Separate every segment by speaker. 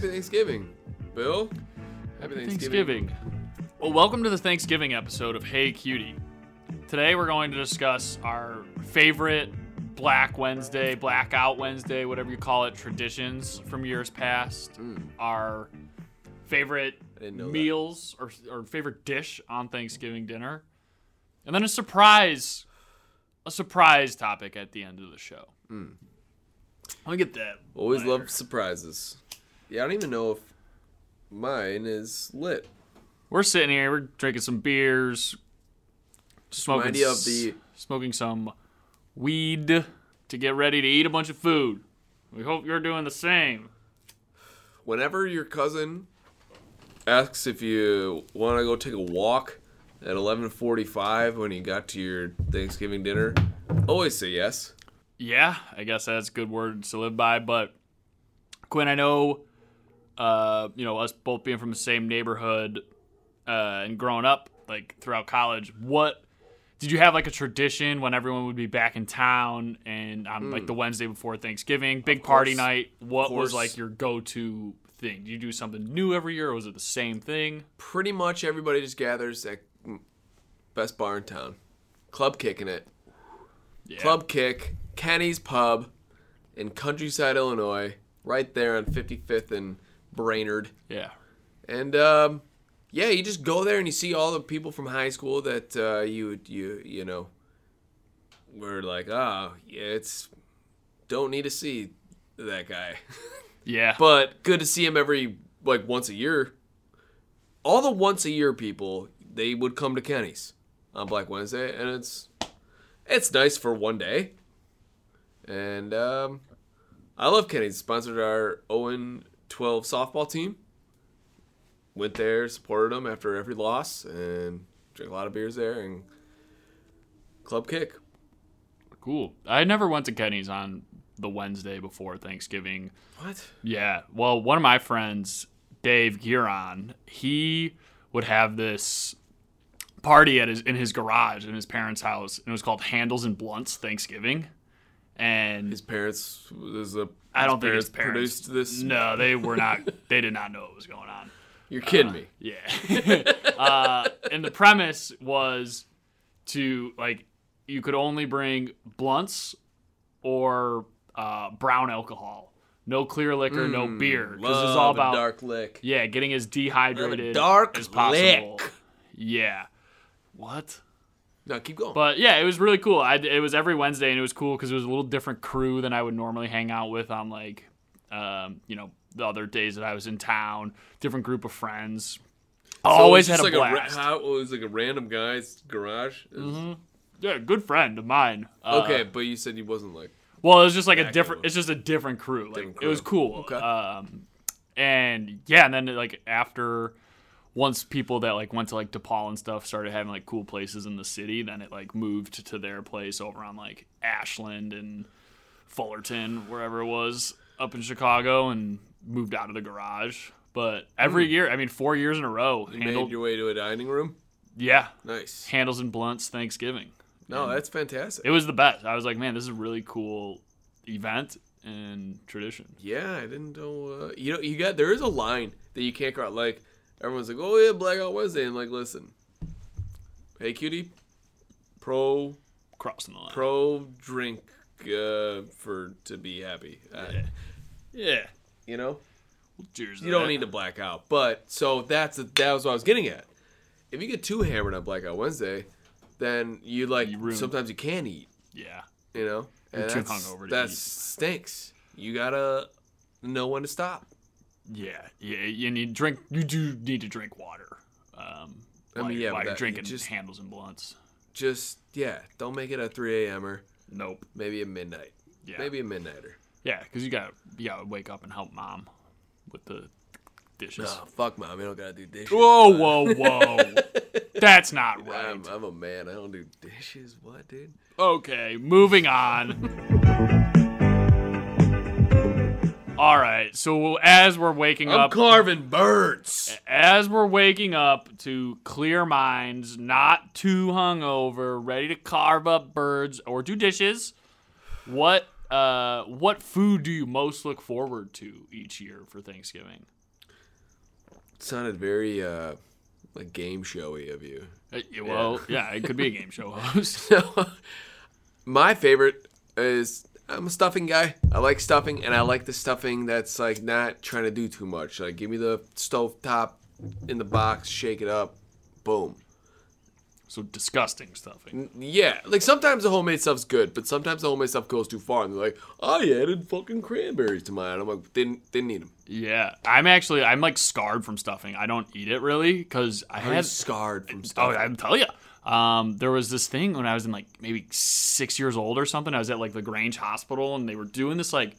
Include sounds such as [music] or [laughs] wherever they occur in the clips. Speaker 1: Thanksgiving. Bill,
Speaker 2: Happy Thanksgiving. Well, welcome to the Thanksgiving episode of Hey Cutie. Today we're going to discuss our favorite Black Wednesday, Blackout Wednesday, whatever you call it, traditions from years past. Our favorite
Speaker 1: Mm. I didn't know that.
Speaker 2: meals or, or favorite dish on Thanksgiving dinner. And then a surprise, a surprise topic at the end of the show.
Speaker 1: Mm.
Speaker 2: Let me get that.
Speaker 1: Always love surprises. Yeah, I don't even know if mine is lit.
Speaker 2: We're sitting here, we're drinking some beers, smoking
Speaker 1: Reminded you of
Speaker 2: s-
Speaker 1: the-
Speaker 2: smoking some weed to get ready to eat a bunch of food. We hope you're doing the same.
Speaker 1: Whenever your cousin asks if you want to go take a walk at 11:45 when you got to your Thanksgiving dinner, always say yes.
Speaker 2: Yeah, I guess that's good words to live by. But Quinn, I know, uh, you know, us both being from the same neighborhood uh, and growing up, like throughout college, what did you have like a tradition when everyone would be back in town and on like the Wednesday before Thanksgiving, big party
Speaker 1: Hmm. course.
Speaker 2: night? What was
Speaker 1: course.
Speaker 2: like your go-to thing? Do you do something new every year, or was it the same thing?
Speaker 1: Pretty much everybody just gathers at best bar in town, club kicking it.
Speaker 2: Yeah.
Speaker 1: Club Kick, Kenny's Pub in Countryside, Illinois, right there on 55th and Brainerd.
Speaker 2: Yeah.
Speaker 1: And um, yeah, you just go there and you see all the people from high school that uh, you you you know were like, ah, yeah, it's don't need to see that guy,
Speaker 2: Yeah.
Speaker 1: but good to see him every like once a year. All the once a year people they would come to Kenny's on Black Wednesday, and it's it's nice for one day. And um, I love Kenny's. Sponsored our Owen 12 softball team. Went there, supported them after every loss, and drank a lot of beers there. And club kick.
Speaker 2: cool. I never went to Kenny's on the Wednesday before Thanksgiving.
Speaker 1: What?
Speaker 2: Yeah. Well, one of my friends, Dave Giron, he would have this party at his in his garage in his parents' house, and it was called Handles and Blunts Thanksgiving. And
Speaker 1: His parents is the.
Speaker 2: I
Speaker 1: his
Speaker 2: don't think his parents
Speaker 1: produced this.
Speaker 2: No, they were not. [laughs] they did not know what was going on.
Speaker 1: You're kidding me.
Speaker 2: Yeah.
Speaker 1: [laughs]
Speaker 2: uh, and the premise was to like you could only bring blunts or uh, brown alcohol. No clear liquor, no beer. Because
Speaker 1: Hmm. Love
Speaker 2: it's all
Speaker 1: a
Speaker 2: about
Speaker 1: dark lick.
Speaker 2: yeah, getting as dehydrated
Speaker 1: dark
Speaker 2: as possible.
Speaker 1: lick.
Speaker 2: Yeah. What?
Speaker 1: No, keep going.
Speaker 2: But yeah, it was really cool. I, it was every Wednesday, and it was cool because it was a little different crew than I would normally hang out with on like, um, you know, the other days that I was in town. Different group of friends.
Speaker 1: So it was
Speaker 2: Always had
Speaker 1: just
Speaker 2: a
Speaker 1: like ra-
Speaker 2: blast. Mm-hmm.
Speaker 1: how- it was like a random guy's garage. It was-
Speaker 2: yeah, good friend of mine. Uh,
Speaker 1: Okay, but you said you wasn't like
Speaker 2: Well, it was just like a
Speaker 1: Back
Speaker 2: different.
Speaker 1: over.
Speaker 2: It's just a different crew. Like
Speaker 1: Different
Speaker 2: it was
Speaker 1: crew.
Speaker 2: cool.
Speaker 1: Okay.
Speaker 2: Um, and yeah, and then like after, once people that like went to like DePaul and stuff started having like cool places in the city, then it like moved to their place over on like Ashland and Fullerton, wherever it was up in Chicago, and moved out of the garage. But every year, I mean, four years in a row, handled,
Speaker 1: Hmm. made your way to a dining room.
Speaker 2: yeah,
Speaker 1: Nice.
Speaker 2: handles and blunts Thanksgiving.
Speaker 1: No, that's fantastic.
Speaker 2: It was the best. I was like, man, this is a really cool event and tradition.
Speaker 1: Yeah, I didn't know. Uh, you know, you got there is a line that you can't cross. Like everyone's like, "Oh yeah, Blackout Wednesday," and like, listen, hey cutie, pro
Speaker 2: crossing the line.
Speaker 1: pro drink uh, for to be happy. Uh,
Speaker 2: yeah.
Speaker 1: You know,
Speaker 2: Cheers.
Speaker 1: you don't need to black out. But so that's that was what I was getting at. If you get too hammered on Blackout Wednesday, then you like
Speaker 2: You ruin-
Speaker 1: sometimes you can eat.
Speaker 2: Yeah.
Speaker 1: You know, and
Speaker 2: too
Speaker 1: that's-
Speaker 2: hungover to
Speaker 1: that
Speaker 2: eat.
Speaker 1: stinks. You gotta know when to stop.
Speaker 2: Yeah. Yeah. You need drink. You do need to drink water. Um,
Speaker 1: I mean,
Speaker 2: while you're-
Speaker 1: yeah, but
Speaker 2: while you're
Speaker 1: that- you
Speaker 2: drinking
Speaker 1: just-
Speaker 2: handles and blunts.
Speaker 1: Just yeah, don't make it a three a.m.er.
Speaker 2: Nope.
Speaker 1: Maybe a midnight.
Speaker 2: Yeah.
Speaker 1: Maybe a midnighter.
Speaker 2: Yeah, because you got you got to wake up and help mom with the dishes.
Speaker 1: Oh, fuck, mom, you don't gotta do dishes.
Speaker 2: Whoa, whoa, whoa! [laughs] That's not right.
Speaker 1: I'm, I'm a man. I don't do dishes. What, dude?
Speaker 2: Okay, moving on. All right. So as we're waking
Speaker 1: I'm
Speaker 2: up, Eh.
Speaker 1: carving birds.
Speaker 2: as we're waking up to clear minds, not too hungover, ready to carve up birds or do dishes, what uh what food do you most look forward to each year for Thanksgiving?
Speaker 1: sounded very uh like game showy of you.
Speaker 2: Uh, yeah, Well, yeah. it could be a game
Speaker 1: [laughs]
Speaker 2: show host.
Speaker 1: So [laughs] my favorite is I'm a stuffing guy. I like stuffing and I like the stuffing that's like not trying to do too much. Like give me the stove top in the box, shake it up, boom.
Speaker 2: So disgusting stuffing.
Speaker 1: Yeah, like sometimes the homemade stuff's good, but sometimes the homemade stuff goes too far, and they're like, "I added fucking cranberries to mine." I'm like, "Didn't didn't need them."
Speaker 2: Yeah, I'm actually I'm like scarred from stuffing. I don't eat it really because I
Speaker 1: I'm
Speaker 2: had
Speaker 1: scarred from
Speaker 2: Oh,
Speaker 1: stuff.
Speaker 2: I'm telling you. Um, there was this thing when I was in like maybe six years old or something. I was at like LaGrange Hospital and they were doing this like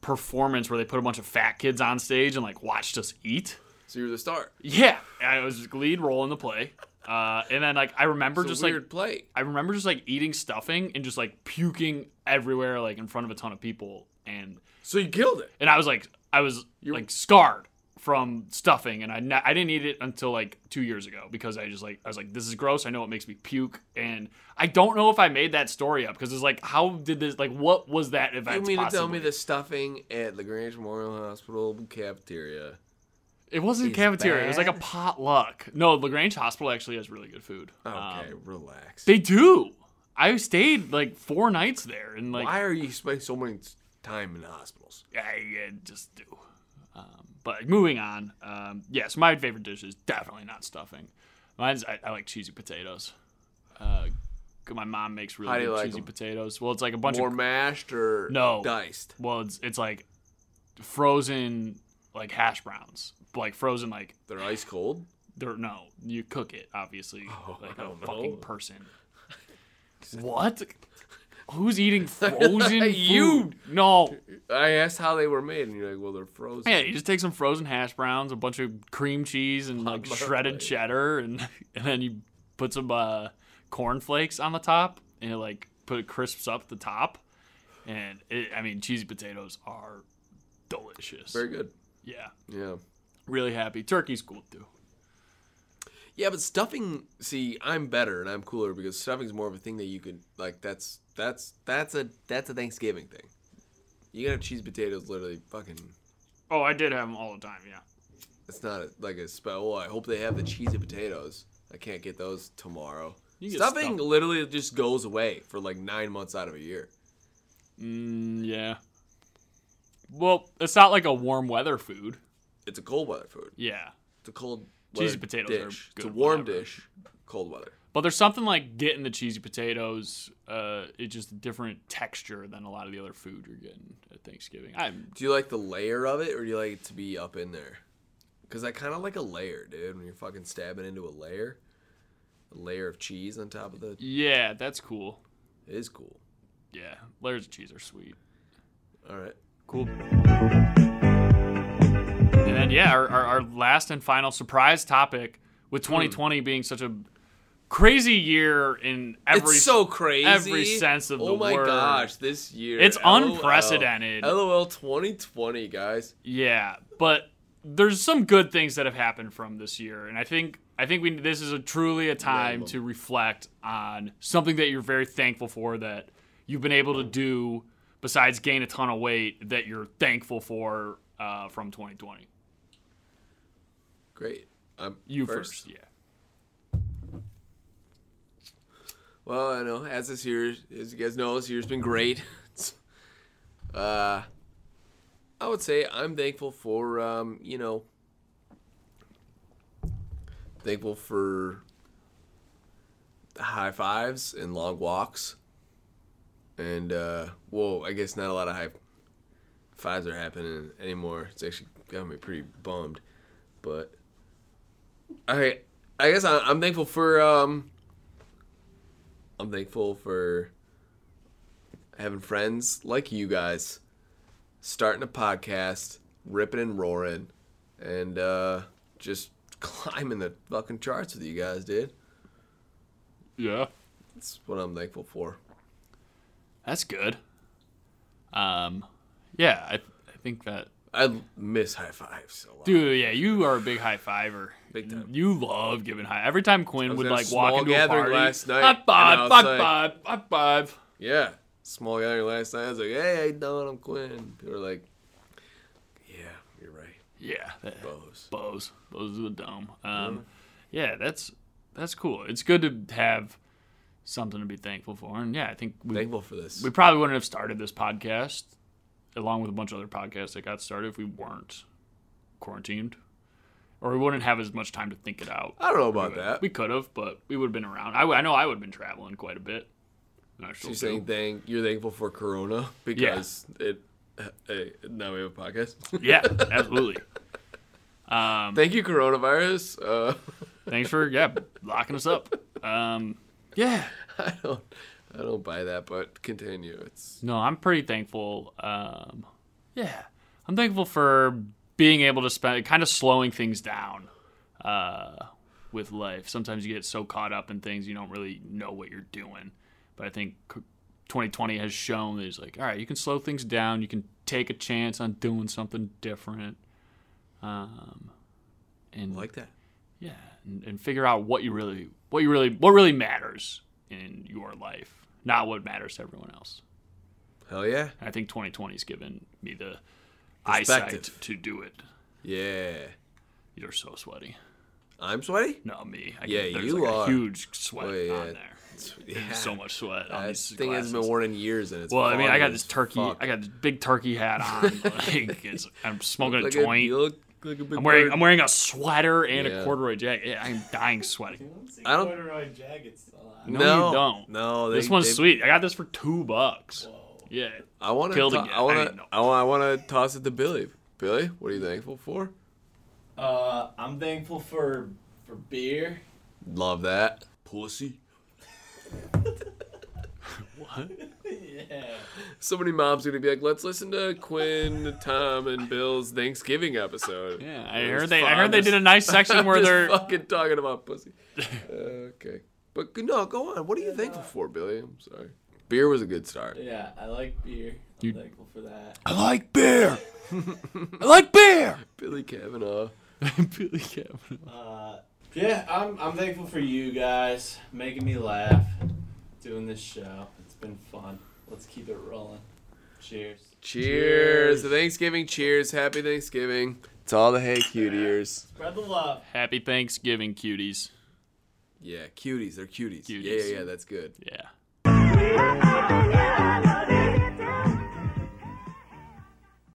Speaker 2: performance where they put a bunch of fat kids on stage and like watched us eat.
Speaker 1: so you're the star.
Speaker 2: Yeah. And I was lead role in the play. Uh, and then like I remember
Speaker 1: It's
Speaker 2: just
Speaker 1: a weird
Speaker 2: like
Speaker 1: play.
Speaker 2: I remember just like eating stuffing and just like puking everywhere like in front of a ton of people and
Speaker 1: So you killed it.
Speaker 2: and I was like I was like scarred from stuffing and I ne- I didn't eat it until like 2 years ago because I just like I was like this is gross I know it makes me puke and I don't know if I made that story up because it's like how did this like what was that
Speaker 1: You
Speaker 2: event
Speaker 1: mean to tell
Speaker 2: possibly?
Speaker 1: me the stuffing at Lagrange Memorial Hospital cafeteria?
Speaker 2: it wasn't
Speaker 1: is
Speaker 2: cafeteria it was like a
Speaker 1: bad?
Speaker 2: potluck no LaGrange Hospital actually has really good food
Speaker 1: Oh, Okay,
Speaker 2: Um,
Speaker 1: relax.
Speaker 2: They do. I stayed like four nights there, and like
Speaker 1: Why are you spending so much time in hospitals?
Speaker 2: I, I uh, just do. Um, but moving on, um, yes, my favorite dish is definitely not stuffing. Mine's I, I like cheesy potatoes. Uh, 'cause my mom makes really
Speaker 1: How do
Speaker 2: good
Speaker 1: you like
Speaker 2: cheesy
Speaker 1: 'em?
Speaker 2: potatoes. Well, it's like a bunch
Speaker 1: More
Speaker 2: of
Speaker 1: mashed or
Speaker 2: No.
Speaker 1: diced?
Speaker 2: well, it's it's like frozen like hash browns, like frozen like
Speaker 1: They're ice cold.
Speaker 2: There, no, you cook it obviously,
Speaker 1: [laughs] Oh,
Speaker 2: like
Speaker 1: I
Speaker 2: a
Speaker 1: don't
Speaker 2: fucking
Speaker 1: know.
Speaker 2: person. what? Who's
Speaker 1: [laughs]
Speaker 2: eating frozen food?
Speaker 1: You-
Speaker 2: No.
Speaker 1: I asked how they were made, and you're like, "Well, they're frozen."
Speaker 2: Yeah, you just take some frozen hash browns, a bunch of cream cheese, and like
Speaker 1: Lovely.
Speaker 2: shredded cheddar, and [laughs] and then you put some uh, corn flakes on the top, and it like put crisps up the top, and it, I mean cheesy potatoes are delicious.
Speaker 1: Very good.
Speaker 2: yeah,
Speaker 1: Yeah.
Speaker 2: really happy. Turkey's cool too.
Speaker 1: Yeah, but stuffing. See, I'm better and I'm cooler because stuffing's more of a thing that you could like. That's that's that's a that's a Thanksgiving thing. You can have cheese potatoes literally fucking.
Speaker 2: Oh, I did have them all the time. Yeah.
Speaker 1: It's not like a spell. Well, I hope they have the cheesy potatoes. I can't get those tomorrow.
Speaker 2: You can get
Speaker 1: Stuffing
Speaker 2: stuff-
Speaker 1: literally just goes away for like nine months out of a year.
Speaker 2: Mm, yeah. Well, it's not like a warm weather food.
Speaker 1: It's a cold weather food.
Speaker 2: Yeah.
Speaker 1: It's a cold
Speaker 2: Cheesy
Speaker 1: weather
Speaker 2: potatoes are
Speaker 1: dish. It's a
Speaker 2: good,
Speaker 1: warm
Speaker 2: whatever.
Speaker 1: dish, cold weather.
Speaker 2: But there's something like getting the cheesy potatoes. Uh, it's just a different texture than a lot of the other food you're getting at Thanksgiving. I'm
Speaker 1: Do you like the layer of it, or do you like it to be up in there? Because I kind of like a layer, dude. When you're fucking stabbing into a layer, a layer of cheese on top of the it
Speaker 2: yeah, that's cool.
Speaker 1: is cool.
Speaker 2: Yeah, layers of cheese are sweet.
Speaker 1: All right,
Speaker 2: Cool. And then yeah, our, our, our last and final surprise topic with
Speaker 1: Hmm.
Speaker 2: 2020 being such a crazy year in every
Speaker 1: it's so crazy.
Speaker 2: every sense of
Speaker 1: oh
Speaker 2: the
Speaker 1: my
Speaker 2: word.
Speaker 1: gosh, this year
Speaker 2: It's
Speaker 1: LOL.
Speaker 2: unprecedented.
Speaker 1: LOL 2020, guys.
Speaker 2: Yeah, but there's some good things that have happened from this year, and I think I think we this is a truly a time to reflect on something that you're very thankful for that you've been able to do besides gain a ton of weight that you're thankful for uh, from 2020.
Speaker 1: Great. I'm
Speaker 2: You first, yeah.
Speaker 1: Well, I know as this year, as you guys know, this year's been great. [laughs] uh, I would say I'm thankful for um, you know, thankful for high fives and long walks, and uh, whoa, I guess not a lot of high fives are happening anymore. It's actually got me pretty bummed, but I, I guess I, I'm thankful for um. I'm thankful for having friends like you guys, starting a podcast, ripping and roaring, and uh, just [laughs] climbing the fucking charts with you guys, dude.
Speaker 2: Yeah.
Speaker 1: That's what I'm thankful for.
Speaker 2: That's good. Um, yeah, I, I think that
Speaker 1: I miss high fives a lot.
Speaker 2: Dude, yeah, you are a big high fiver.
Speaker 1: Big time.
Speaker 2: You love giving high. Every time Quinn
Speaker 1: was
Speaker 2: would
Speaker 1: at a
Speaker 2: like walk
Speaker 1: small
Speaker 2: into a
Speaker 1: gathering
Speaker 2: party,
Speaker 1: last night,
Speaker 2: high five,
Speaker 1: and I
Speaker 2: high
Speaker 1: was
Speaker 2: five, high five.
Speaker 1: Yeah. Small gathering last night. I was like, hey, how you doing? I'm Quinn. People were like, yeah, you're right.
Speaker 2: Yeah,
Speaker 1: Bose.
Speaker 2: Bose. Bose is the dome. Um, yeah. that's that's cool. It's good to have something to be thankful for. And yeah, I think we
Speaker 1: Thankful for this.
Speaker 2: we probably wouldn't have started this podcast along with a bunch of other podcasts that got started if we weren't quarantined. Or we wouldn't have as much time to think it out.
Speaker 1: I don't know about that.
Speaker 2: We could have, but we would have been around. I, would- I know I would have been traveling quite a bit. And I
Speaker 1: She's
Speaker 2: still do.
Speaker 1: saying thank you're thankful for Corona because it. Hey, now we have a podcast. [laughs]
Speaker 2: yeah, absolutely. Um,
Speaker 1: thank you, coronavirus. Uh, [laughs]
Speaker 2: thanks for yeah locking us up. Um, yeah,
Speaker 1: I don't, I don't buy that, but continue. It's
Speaker 2: No, I'm pretty thankful. Um, yeah, I'm thankful for being able to spend, kind of slowing things down uh, with life. Sometimes you get so caught up in things you don't really know what you're doing. But I think c- 2020 has shown that it's like, all right, you can slow things down. You can take a chance on doing something different. Um, and
Speaker 1: like that.
Speaker 2: yeah, and, and figure out what you really, what you really, what really matters in your life, not what matters to everyone else.
Speaker 1: Hell yeah,
Speaker 2: I think 2020's given me the eyesight
Speaker 1: Perspective.
Speaker 2: to do it.
Speaker 1: yeah.
Speaker 2: You're so sweaty.
Speaker 1: I'm sweaty.
Speaker 2: No, me. I
Speaker 1: Yeah,
Speaker 2: there's
Speaker 1: you
Speaker 2: like
Speaker 1: are.
Speaker 2: A huge sweat
Speaker 1: Well, yeah.
Speaker 2: on there.
Speaker 1: Yeah.
Speaker 2: So much sweat on
Speaker 1: That
Speaker 2: these
Speaker 1: thing hasn't been
Speaker 2: glasses.
Speaker 1: worn in years, and it's
Speaker 2: Well, I mean,
Speaker 1: fun
Speaker 2: I got
Speaker 1: as
Speaker 2: this turkey.
Speaker 1: fuck.
Speaker 2: I got this big turkey hat
Speaker 1: [laughs]
Speaker 2: on. like, it's, I'm smoking a
Speaker 1: Look at-
Speaker 2: joint.
Speaker 1: you look like a big
Speaker 2: I'm wearing.
Speaker 1: bird.
Speaker 2: I'm wearing a sweater and
Speaker 1: Yeah.
Speaker 2: a corduroy jacket. Yeah, I'm dying sweating.
Speaker 1: I don't-
Speaker 3: corduroy jackets a lot.
Speaker 2: No,
Speaker 1: no,
Speaker 2: you don't.
Speaker 1: No,
Speaker 2: This
Speaker 1: they-
Speaker 2: one's
Speaker 1: they-
Speaker 2: sweet. I got this for two bucks.
Speaker 3: Whoa.
Speaker 2: Yeah.
Speaker 1: I want to.
Speaker 2: Killed
Speaker 1: Ta-
Speaker 2: again.
Speaker 1: I want
Speaker 2: I
Speaker 1: to.
Speaker 2: know.
Speaker 1: I want. I want to toss it to Billy. Billy, what are you thankful for?
Speaker 3: Uh, I'm thankful for for beer.
Speaker 1: Love that pussy.
Speaker 2: What?
Speaker 3: yeah.
Speaker 1: So many moms are gonna be like, let's listen to Quinn, Tom, and Bill's Thanksgiving episode.
Speaker 2: Yeah, I
Speaker 1: It was
Speaker 2: heard they. I
Speaker 1: fun.
Speaker 2: heard they did a nice section
Speaker 1: I'm [laughs]
Speaker 2: where
Speaker 1: just
Speaker 2: they're.
Speaker 1: fucking talking about pussy. Uh, okay, but g- no, go on. What are you thankful for, Billy? I'm sorry. Beer was a good start.
Speaker 3: Yeah, I like beer. I'm
Speaker 2: You-
Speaker 3: thankful for that.
Speaker 2: I like beer. I like beer.
Speaker 1: Billy Kavanaugh.
Speaker 2: Billy Kavanaugh.
Speaker 3: Uh, yeah, I'm I'm thankful for you guys making me laugh, doing this show. It's been fun. Let's keep it rolling. Cheers.
Speaker 1: Cheers. The Thanksgiving cheers. Happy Thanksgiving. It's all the hey cutieers.
Speaker 3: Spread the love.
Speaker 2: [laughs] Happy Thanksgiving, cuties.
Speaker 1: Yeah, cuties. They're cuties. Yeah,
Speaker 2: Cuties.
Speaker 1: yeah, yeah. That's good.
Speaker 2: Yeah.
Speaker 4: Yeah.